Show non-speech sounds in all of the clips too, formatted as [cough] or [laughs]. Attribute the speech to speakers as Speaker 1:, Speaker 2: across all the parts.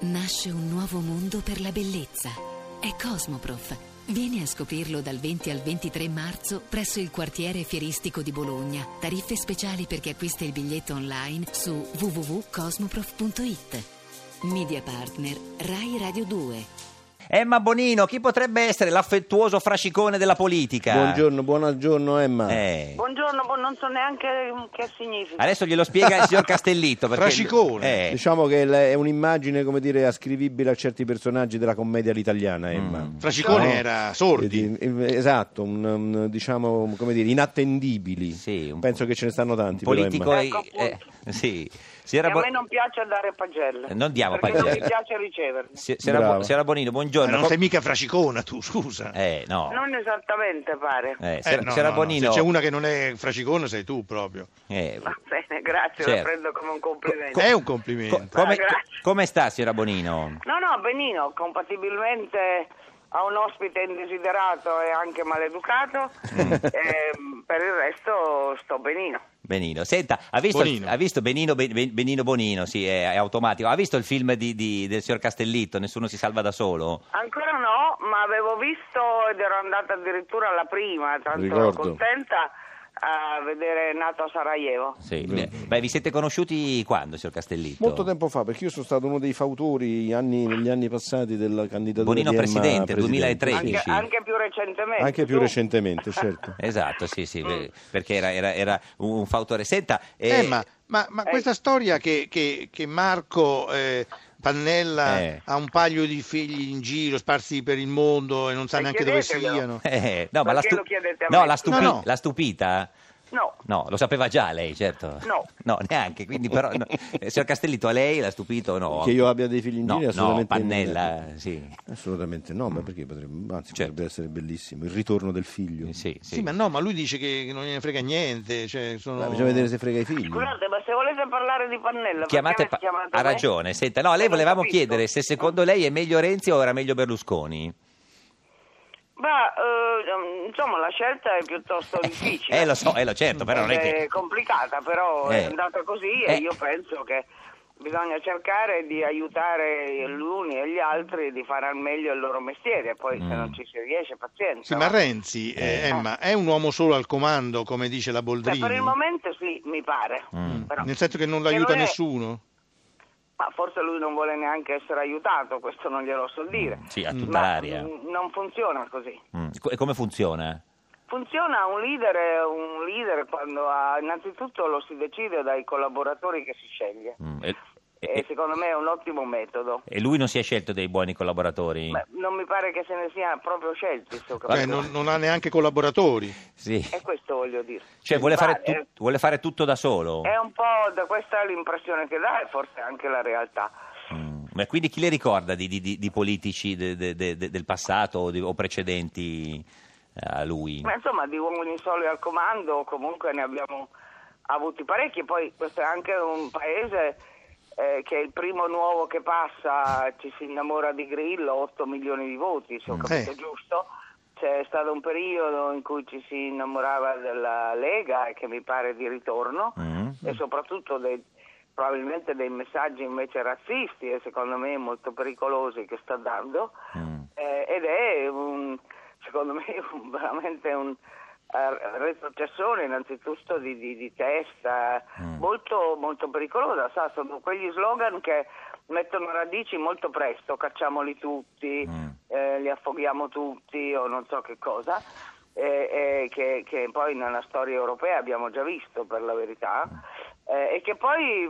Speaker 1: Nasce un nuovo mondo per la bellezza. È Cosmoprof. Vieni a scoprirlo dal 20 al 23 marzo presso il quartiere fieristico di Bologna. Tariffe speciali per chi acquista il biglietto online su www.cosmoprof.it. Media partner Rai Radio 2.
Speaker 2: Emma Bonino, chi potrebbe essere l'affettuoso frascicone della politica?
Speaker 3: Buongiorno, buongiorno Emma.
Speaker 2: Eh.
Speaker 4: Buongiorno, bu- non so neanche mm, che significa.
Speaker 2: Adesso glielo spiega il signor Castellitto. Perché
Speaker 5: Frascicone.
Speaker 2: Eh.
Speaker 3: Diciamo che la- è un'immagine, come dire, ascrivibile a certi personaggi della commedia
Speaker 2: Mm.
Speaker 3: all'italiana, Emma.
Speaker 5: Frascicone
Speaker 3: No?
Speaker 5: era sordi. Eh,
Speaker 3: Ed in- Esatto, un, un- diciamo, come dire, inattendibili.
Speaker 2: Sì, un-
Speaker 3: Penso che ce ne stanno
Speaker 2: Un
Speaker 3: tanti. però,
Speaker 2: politico.
Speaker 3: Emma.
Speaker 4: Ecco,
Speaker 2: eh, eh, sì.
Speaker 4: E
Speaker 2: Signora,
Speaker 4: a me
Speaker 2: Bo-
Speaker 4: non piace dare pagelle.
Speaker 2: Eh, non diamo
Speaker 4: perché
Speaker 2: pagelle.
Speaker 4: non mi piace riceverle.
Speaker 2: si- signora Bo-
Speaker 3: Brava.
Speaker 2: signora Bonino,
Speaker 5: Ma
Speaker 2: buongiorno.
Speaker 5: Eh, non
Speaker 2: Co-
Speaker 5: sei mica frascicona tu, scusa.
Speaker 2: Eh, no.
Speaker 4: Non esattamente pare.
Speaker 2: Eh,
Speaker 5: Eh,
Speaker 2: signora-
Speaker 5: no,
Speaker 2: signora
Speaker 5: no, no.
Speaker 2: Bonino,
Speaker 5: Se c'è una che non è frascicona sei tu proprio.
Speaker 2: eh,
Speaker 4: Va bene, grazie, la
Speaker 2: Certo.
Speaker 4: prendo come un complimento.
Speaker 5: è un
Speaker 2: co-
Speaker 5: complimento.
Speaker 2: come,
Speaker 4: Ah, grazie.
Speaker 2: co- come sta, signora Bonino?
Speaker 4: No, no, benino, compatibilmente a un ospite indesiderato e anche maleducato,
Speaker 2: Mm.
Speaker 4: ehm, per il resto sto benino.
Speaker 2: Benino, senta, ha visto,
Speaker 5: Bonino.
Speaker 2: ha visto Benino, Ben- Ben- Benino Bonino, sì, è, è automatico. Ha visto il film di- di- del signor Castellitto, Nessuno si salva da solo?
Speaker 4: Ancora no, ma avevo visto ed ero andata addirittura alla prima, tanto ero
Speaker 3: Ricordo.
Speaker 4: contenta a vedere Nato a Sarajevo.
Speaker 2: Sì. Beh, vi siete conosciuti quando, signor Castellitto?
Speaker 3: Molto tempo fa, perché io sono stato uno dei fautori anni- negli anni passati della candidatura
Speaker 2: Bonino
Speaker 3: di Emma a
Speaker 2: presidente, 2013.
Speaker 4: Anche,
Speaker 2: Sì.
Speaker 4: anche più recentemente.
Speaker 3: Anche più
Speaker 4: tu? [laughs]
Speaker 3: recentemente, certo.
Speaker 2: Esatto, sì, sì, beh, perché era, era- era un fautore. Senta, eh,
Speaker 5: Eh, ma, ma- ma questa storia che, che- che Marco eh, Pannella
Speaker 2: Eh.
Speaker 5: ha un paio di figli in giro, sparsi per il mondo e non sa
Speaker 4: Eh,
Speaker 5: neanche dove
Speaker 4: chiedeglielo.
Speaker 5: siano.
Speaker 2: eh, no, ma la,
Speaker 4: Perché lo chiedete a
Speaker 2: no,
Speaker 4: me?
Speaker 2: la, stupi-
Speaker 5: No, no.
Speaker 2: la stupita?
Speaker 4: Mm, No,
Speaker 2: No, lo sapeva già lei, certo.
Speaker 4: No.
Speaker 2: neanche, quindi però... no. Eh, Signor Castellito, a lei l'ha stupito o no?
Speaker 3: Che io abbia dei figli in
Speaker 2: No,
Speaker 3: giro,
Speaker 2: no,
Speaker 3: assolutamente
Speaker 2: Pannella, sì.
Speaker 3: Assolutamente no, ma perché potrebbe, anzi,
Speaker 2: Certo.
Speaker 3: potrebbe essere bellissimo il ritorno del figlio.
Speaker 2: Sì,
Speaker 5: Sì, ma no, ma lui dice che non gliene frega niente. Cioè sono...
Speaker 3: Ma bisogna vedere se frega i figli.
Speaker 4: scusate, ma se volete parlare di Pannella,
Speaker 2: Chiamate
Speaker 4: perché
Speaker 2: pa-
Speaker 4: mi chiamate
Speaker 2: ha
Speaker 4: me?
Speaker 2: ragione. Senta, no, lei
Speaker 4: Non
Speaker 2: volevamo
Speaker 4: capisco.
Speaker 2: chiedere se secondo lei è meglio Renzi o era meglio Berlusconi?
Speaker 4: Ma eh, insomma, la scelta è piuttosto difficile.
Speaker 2: Eh, lo so, eh, lo certo, però non è che...
Speaker 4: complicata, però
Speaker 2: Eh.
Speaker 4: è andata così e
Speaker 2: Eh.
Speaker 4: io penso che bisogna cercare di aiutare gli uni e gli altri di fare al meglio il loro mestiere, poi
Speaker 2: Mm.
Speaker 4: se non ci si riesce pazienza.
Speaker 5: Sì, ma
Speaker 4: va.
Speaker 5: Renzi, eh,
Speaker 2: Eh.
Speaker 5: Emma, è un uomo solo al comando, come dice la
Speaker 4: Beh,
Speaker 5: Boldrini?
Speaker 4: Cioè,
Speaker 5: Mm.
Speaker 4: per il momento sì, mi pare. Però-
Speaker 5: Nel senso che non lo
Speaker 4: Se
Speaker 5: aiuta
Speaker 4: è-
Speaker 5: nessuno?
Speaker 4: Ma forse lui non vuole neanche essere aiutato, questo non glielo so dire.
Speaker 2: Sì, a tutta
Speaker 4: Ma
Speaker 2: l'aria.
Speaker 4: mm, non funziona così.
Speaker 2: Mm. Co- E come funziona?
Speaker 4: Funziona un leader, un leader quando ha, innanzitutto lo si decide dai collaboratori che si sceglie.
Speaker 2: Mm. E, e-
Speaker 5: Eh,
Speaker 4: E Eh, secondo me è un ottimo metodo.
Speaker 2: e lui non si è scelto dei buoni collaboratori?
Speaker 4: Beh, non mi pare che se ne sia proprio scelti, se ho capito.
Speaker 2: Ecco.
Speaker 5: Cioè, non, non ha neanche collaboratori.
Speaker 2: Sì.
Speaker 4: E questo voglio dire.
Speaker 2: Cioè, vuole
Speaker 4: Ma
Speaker 2: fare,
Speaker 4: è-
Speaker 2: tut- vuole fare tutto da solo?
Speaker 4: È un po' da questa è l'impressione che dà e forse anche la realtà.
Speaker 2: Mm. Ma quindi chi le ricorda di, di- di- di politici de- de- de- de- del passato o, di- o precedenti a lui?
Speaker 4: Ma insomma, di uomini soli al comando comunque ne abbiamo avuti parecchi. Poi questo è anche un paese eh, che è il primo nuovo che passa, ci si innamora di Grillo, 8 milioni di voti,
Speaker 2: Mm.
Speaker 4: se ho capito
Speaker 5: Eh.
Speaker 4: giusto. C'è stato un periodo in cui ci si innamorava della Lega, e che mi pare di ritorno,
Speaker 2: Mm.
Speaker 4: e soprattutto dei- probabilmente dei messaggi invece razzisti e secondo me molto pericolosi che sta dando.
Speaker 2: Mm.
Speaker 4: Eh, ed è un- secondo me [laughs] un- veramente un eh, retrocessione innanzitutto di, di- di testa molto, molto pericolosa sa, sono quegli slogan che mettono radici molto presto cacciamoli tutti
Speaker 2: Mm.
Speaker 4: eh, li affoghiamo tutti o non so che cosa eh, eh, che, che poi nella storia europea abbiamo già visto per la verità eh, e che poi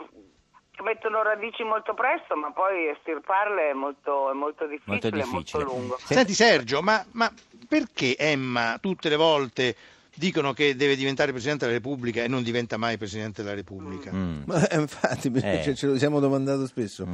Speaker 4: mettono radici molto presto ma poi estirparle è molto, è
Speaker 2: Molto
Speaker 4: molto difficile, e molto
Speaker 2: difficile.
Speaker 4: lungo
Speaker 2: Senta-
Speaker 5: Senti Sergio, ma, ma perché Emma tutte le volte dicono che deve diventare Presidente della Repubblica e non diventa mai Presidente della Repubblica?
Speaker 2: Mm.
Speaker 3: Ma, eh, infatti, perché
Speaker 2: Eh. Mm.
Speaker 3: ce- ce lo siamo domandato spesso.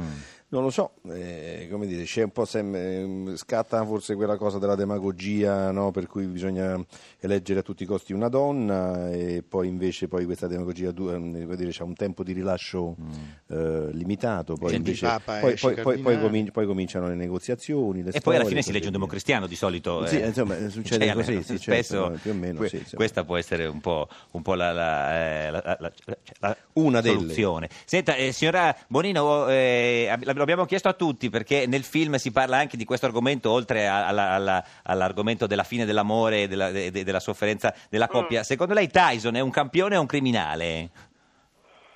Speaker 3: Non lo so, eh, come dire, c'è un po' sem- ehm, scatta forse quella cosa della demagogia, no? per cui bisogna eleggere a tutti i costi una donna e poi invece poi questa demagogia du- ehm, come dire, c'è un tempo di rilascio
Speaker 2: Mm.
Speaker 3: eh, limitato, poi,
Speaker 5: Senti,
Speaker 3: invece,
Speaker 5: Papa
Speaker 3: poi,
Speaker 5: esce,
Speaker 3: poi- poi- poi
Speaker 5: cardinale.
Speaker 3: comin- poi cominciano le negoziazioni. le
Speaker 2: E poi alla
Speaker 3: storie,
Speaker 2: fine si
Speaker 3: così
Speaker 2: legge un
Speaker 3: via.
Speaker 2: democristiano di solito.
Speaker 3: Sì,
Speaker 2: eh.
Speaker 3: insomma, eh, succede
Speaker 2: Cioè,
Speaker 3: così,
Speaker 2: alla-
Speaker 3: sì, certo,
Speaker 2: spesso
Speaker 3: no, più o meno, sì, insomma.
Speaker 2: Questa può essere un po', un po' la, la, eh, la- la- la- la
Speaker 3: Una delle.
Speaker 2: soluzione. Senta, eh, signora Bonino, eh, ab- l'abbiamo lo abbiamo chiesto a tutti perché nel film si parla anche di questo argomento, oltre a- alla- alla- all'argomento della fine dell'amore e della, de- de- della sofferenza della coppia. Secondo lei Tyson è un campione o un criminale?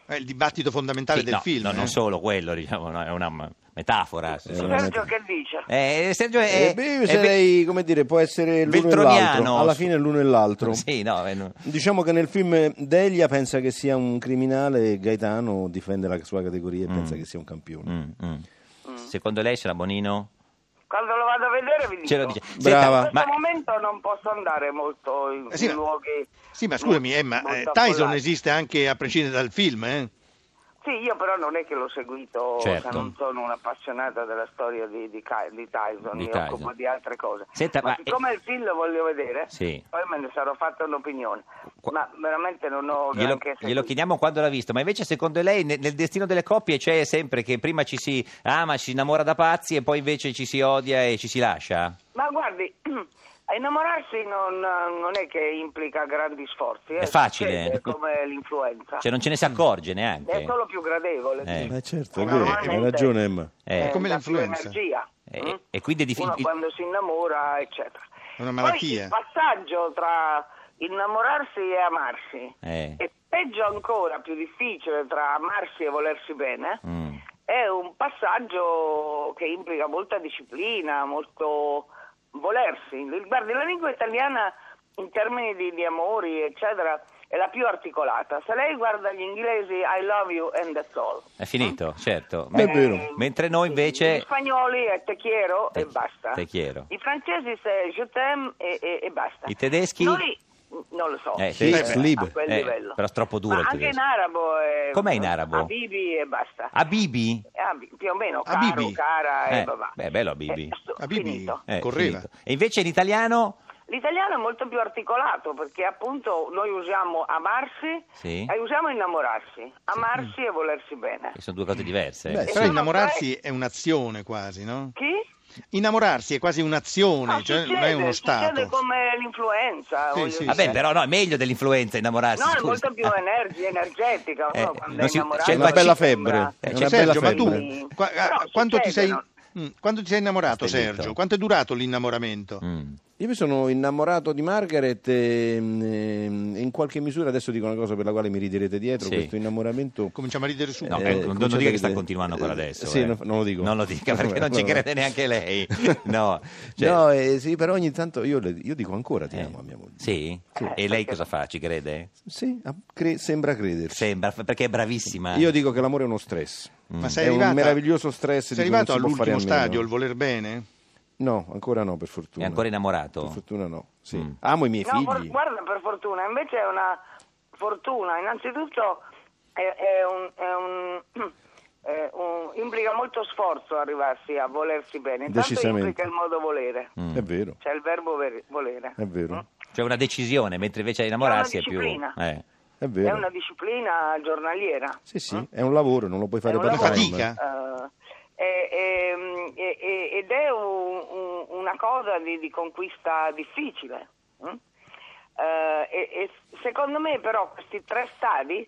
Speaker 5: È il dibattito fondamentale
Speaker 2: Sì,
Speaker 5: del
Speaker 2: no,
Speaker 5: film.
Speaker 2: no,
Speaker 5: eh.
Speaker 2: non solo quello, diciamo, no, è una m- metafora. sì,
Speaker 3: Eh,
Speaker 2: sì.
Speaker 3: veramente.
Speaker 4: Sergio che dice?
Speaker 2: Eh, Sergio è,
Speaker 3: Eh, beh, io
Speaker 2: è
Speaker 3: sarei, come dire, può essere l'uno e l'altro.
Speaker 2: Veltroniano.
Speaker 3: Alla fine è l'uno e l'altro.
Speaker 2: Sì, no, eh, no.
Speaker 3: Diciamo che nel film Delia pensa che sia un criminale e Gaetano difende la sua categoria e pensa che sia un campione.
Speaker 2: Mm, mm. Secondo lei, signora Bonino?
Speaker 4: Quando lo vado a vedere vi dico.
Speaker 2: Ce lo dice.
Speaker 4: In
Speaker 2: Senta,
Speaker 3: Brava.
Speaker 4: questo
Speaker 2: ma-
Speaker 4: momento non posso andare molto in,
Speaker 5: Eh sì,
Speaker 4: in
Speaker 5: ma-
Speaker 4: luoghi.
Speaker 5: Sì, ma scusami,
Speaker 4: molto-
Speaker 5: Emma, eh,
Speaker 4: molto
Speaker 5: Tyson
Speaker 4: affollati.
Speaker 5: esiste anche a prescindere dal film, eh?
Speaker 4: Sì, io però non è che l'ho seguito,
Speaker 2: Certo.
Speaker 4: cioè, non sono un'appassionata della storia di, di, Ca- di Tyson,
Speaker 2: Di
Speaker 4: mi
Speaker 2: Tyson.
Speaker 4: occupo di altre cose.
Speaker 2: Senta,
Speaker 4: ma,
Speaker 2: ma-
Speaker 4: siccome il film lo voglio vedere,
Speaker 2: Sì.
Speaker 4: poi me ne sarò fatta un'opinione.
Speaker 2: Qua-
Speaker 4: Ma veramente non ho
Speaker 2: Glielo,
Speaker 4: granché
Speaker 2: glielo
Speaker 4: seguito.
Speaker 2: chiediamo quando l'ha visto, ma invece secondo lei ne- nel, destino delle coppie c'è sempre che prima ci si ama, ci si innamora da pazzi e poi invece ci si odia e ci si lascia?
Speaker 4: Ma guardi, [clears throat] a innamorarsi non, non è che implica grandi sforzi. eh,
Speaker 2: È facile.
Speaker 4: succede come l'influenza.
Speaker 2: Cioè non ce ne si accorge neanche.
Speaker 4: È solo più gradevole.
Speaker 2: Eh.
Speaker 3: Eh, certo, è
Speaker 4: Una
Speaker 3: vero,
Speaker 4: mano
Speaker 3: hai
Speaker 4: in
Speaker 3: ragione
Speaker 4: testa.
Speaker 3: Emma.
Speaker 2: Eh,
Speaker 4: Eh,
Speaker 5: come
Speaker 4: dà più
Speaker 5: l'influenza.
Speaker 4: energia,
Speaker 2: E-
Speaker 4: mm?
Speaker 2: Eh, e quindi è diffi-
Speaker 4: Uno
Speaker 2: il-
Speaker 4: quando si innamora, eccetera.
Speaker 5: È una
Speaker 4: Poi
Speaker 5: malattia.
Speaker 4: il passaggio tra innamorarsi e amarsi,
Speaker 2: Eh.
Speaker 4: e peggio ancora, più difficile, tra amarsi e volersi bene,
Speaker 2: Mm.
Speaker 4: è un passaggio che implica molta disciplina, molto volersi. Guardi, la lingua italiana in termini di, di amori, eccetera, è la più articolata. Se lei guarda gli inglesi I love you and that's all.
Speaker 2: È finito, certo.
Speaker 3: È
Speaker 2: Me-
Speaker 3: vero.
Speaker 2: Mentre noi
Speaker 4: Eh. Sì, Gli
Speaker 2: invece...
Speaker 4: spagnoli è te quiero
Speaker 2: Te-
Speaker 4: e basta.
Speaker 2: te quiero.
Speaker 4: I francesi se je t'aime e, e- e basta.
Speaker 2: I tedeschi?
Speaker 4: Noi mh, non lo so.
Speaker 2: Eh,
Speaker 3: Sì,
Speaker 2: tedesco.
Speaker 3: eh, liber.
Speaker 4: A quel
Speaker 2: Eh,
Speaker 4: livello.
Speaker 2: però è troppo duro
Speaker 4: Ma
Speaker 2: il
Speaker 4: anche in
Speaker 2: tedesco.
Speaker 4: arabo. È,
Speaker 2: Com'è in arabo?
Speaker 4: Habibi e basta.
Speaker 2: Abibi?
Speaker 4: Eh, Abi- più o meno caro,
Speaker 5: Habibi.
Speaker 4: cara e
Speaker 2: Eh,
Speaker 4: babà.
Speaker 2: beh, bello Habibi.
Speaker 4: Eh, sto-
Speaker 5: Habibi.
Speaker 4: finito.
Speaker 2: Eh,
Speaker 5: Correva.
Speaker 2: finito. E invece in italiano?
Speaker 4: L'italiano è molto più articolato perché appunto noi usiamo amarsi
Speaker 2: Sì.
Speaker 4: e usiamo innamorarsi, amarsi e volersi bene.
Speaker 2: Che sono due cose diverse.
Speaker 3: Beh,
Speaker 5: Però
Speaker 4: sono
Speaker 5: innamorarsi è un'azione quasi, no?
Speaker 4: Chi?
Speaker 5: Innamorarsi è quasi un'azione,
Speaker 4: No,
Speaker 5: cioè non
Speaker 4: succede,
Speaker 5: è uno
Speaker 4: Succede
Speaker 5: stato.
Speaker 4: come l'influenza.
Speaker 5: Sì,
Speaker 4: voglio
Speaker 5: sì,
Speaker 4: dire.
Speaker 2: Vabbè, però no, è meglio dell'influenza innamorarsi.
Speaker 4: No, è
Speaker 2: scusi.
Speaker 4: molto più
Speaker 2: Ah.
Speaker 4: energia, energetica.
Speaker 2: Eh,
Speaker 4: no? Quando
Speaker 2: non
Speaker 4: è
Speaker 2: si-
Speaker 4: innamorato
Speaker 2: c'è il vaccino-
Speaker 4: sembra-
Speaker 3: Una bella febbre.
Speaker 2: Eh,
Speaker 3: È
Speaker 2: c'è
Speaker 3: una bella
Speaker 5: Sergio, ma tu
Speaker 3: febbre.
Speaker 5: qua-
Speaker 4: Però
Speaker 5: quando, ti
Speaker 4: succede,
Speaker 5: sei, Mm, quando ti sei innamorato,
Speaker 2: Stai
Speaker 5: Sergio?
Speaker 2: zitto.
Speaker 5: Quanto è durato l'innamoramento?
Speaker 2: Mm.
Speaker 3: Io mi sono innamorato di Margaret e mm, e in qualche misura adesso dico una cosa per la quale mi riderete dietro,
Speaker 2: Sì.
Speaker 3: questo innamoramento
Speaker 5: Cominciamo a ridere su.
Speaker 2: No,
Speaker 3: Eh,
Speaker 2: ecco, non lo
Speaker 3: cominciate
Speaker 2: dica
Speaker 3: a
Speaker 2: che sta
Speaker 3: vedere.
Speaker 2: continuando ancora
Speaker 3: Eh,
Speaker 2: adesso.
Speaker 3: sì,
Speaker 2: eh.
Speaker 3: no, non lo dico.
Speaker 2: Non lo dica
Speaker 3: [laughs] Vabbè,
Speaker 2: perché non ci
Speaker 3: vabbè.
Speaker 2: crede neanche
Speaker 3: [laughs]
Speaker 2: lei. [laughs] No, cioè,
Speaker 3: No, eh, sì, però ogni tanto io, le- io dico ancora ti
Speaker 2: eh,
Speaker 3: amo a mia moglie.
Speaker 2: Sì? E lei cosa fa? Ci crede?
Speaker 3: Sì, ah, cre- sembra crederci.
Speaker 2: Sembra, eh. Mm. f- perché è bravissima.
Speaker 3: Io dico che l'amore è uno stress.
Speaker 5: Ma sei
Speaker 3: è
Speaker 5: arrivata-
Speaker 3: un meraviglioso stress.
Speaker 5: Sei
Speaker 3: di cui non
Speaker 5: arrivato
Speaker 3: si può fare
Speaker 5: all'ultimo
Speaker 3: a meno.
Speaker 5: stadio, il voler bene?
Speaker 3: No, ancora no, per fortuna.
Speaker 2: È ancora
Speaker 3: Per
Speaker 2: innamorato.
Speaker 3: fortuna no. Sì.
Speaker 2: Certo. Mm.
Speaker 3: Amo i miei
Speaker 4: No,
Speaker 3: figli.
Speaker 4: for- guarda, per fortuna, invece è una fortuna. Innanzitutto è, è un, è un- [clears throat] è un- implica molto sforzo arrivarsi a volersi bene. Intanto
Speaker 3: Decisamente.
Speaker 4: implica il modo volere,
Speaker 2: Mm.
Speaker 3: È vero,
Speaker 4: cioè il verbo ver- volere. Mm?
Speaker 3: è vero,
Speaker 2: Cioè una decisione, mentre invece a innamorarsi è,
Speaker 4: È una
Speaker 2: più...
Speaker 4: disciplina.
Speaker 2: eh.
Speaker 3: è
Speaker 4: È
Speaker 3: vero.
Speaker 4: una disciplina giornaliera. Mm?
Speaker 3: Sì, sì, è un lavoro, non lo puoi fare
Speaker 4: È un
Speaker 3: per
Speaker 5: lavoro.
Speaker 3: time.
Speaker 5: Fatica.
Speaker 4: Eh, eh, ehm, eh, eh, ed è un- un- una cosa di, di conquista difficile. mm? Eh, e- e secondo me però questi tre stadi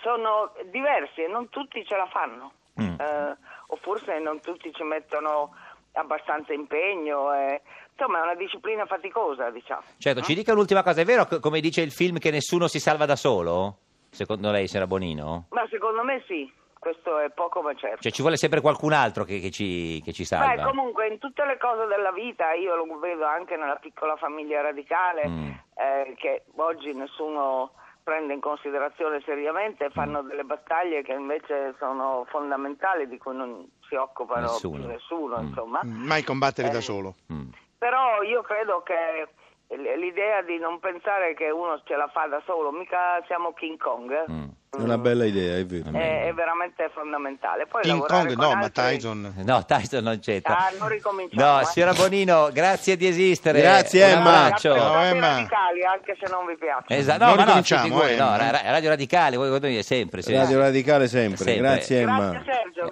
Speaker 4: sono diversi e non tutti ce la fanno,
Speaker 2: Mm.
Speaker 4: Eh, o forse non tutti ci mettono abbastanza impegno. eh. Insomma è una disciplina faticosa, diciamo.
Speaker 2: Certo, ci dica un'ultima cosa. È vero, co- come dice il film, che nessuno si salva da solo? Secondo lei, signora Bonino?
Speaker 4: Ma secondo me sì, questo è poco ma certo.
Speaker 2: Cioè ci vuole sempre qualcun altro che, che ci, che ci
Speaker 4: Beh,
Speaker 2: salva.
Speaker 4: comunque in tutte le cose della vita, io lo vedo anche nella piccola famiglia radicale,
Speaker 2: Mm.
Speaker 4: eh, che oggi nessuno prende in considerazione seriamente, fanno
Speaker 2: Mm.
Speaker 4: delle battaglie che invece sono fondamentali, di cui non si occupano
Speaker 2: Nessuno.
Speaker 4: più nessuno,
Speaker 2: Mm.
Speaker 4: insomma.
Speaker 5: Mm, Mai combattere
Speaker 4: Eh.
Speaker 5: da solo.
Speaker 2: Mm.
Speaker 4: Però io credo che l- l'idea di non pensare che uno ce la fa da solo, mica siamo King Kong, eh,
Speaker 2: Mm.
Speaker 3: È una bella idea, è vero.
Speaker 2: Eh,
Speaker 4: è, è veramente fondamentale. Poi
Speaker 5: King
Speaker 4: lavorare
Speaker 5: Kong,
Speaker 4: con
Speaker 5: no, ma
Speaker 4: altri-
Speaker 5: Tyson.
Speaker 2: No, Tyson non c'entra.
Speaker 4: Ah, non ricominciamo,
Speaker 2: No,
Speaker 4: eh.
Speaker 2: signora Bonino, grazie di esistere.
Speaker 3: Grazie,
Speaker 2: Un
Speaker 3: Emma.
Speaker 2: abbraccio.
Speaker 5: Ciao,
Speaker 4: Rappresentanti
Speaker 5: Emma.
Speaker 4: radicali, anche se non vi piacciono.
Speaker 2: Esatto, no,
Speaker 5: Non
Speaker 2: ma no,
Speaker 5: ricominciamo,
Speaker 2: ci figuri,
Speaker 5: eh.
Speaker 2: no, ra- ra- Radio Radicale, voi, voi sempre. sì.
Speaker 3: Radio Radicale sempre.
Speaker 2: Sempre.
Speaker 3: Grazie Emma.
Speaker 4: Grazie Sergio.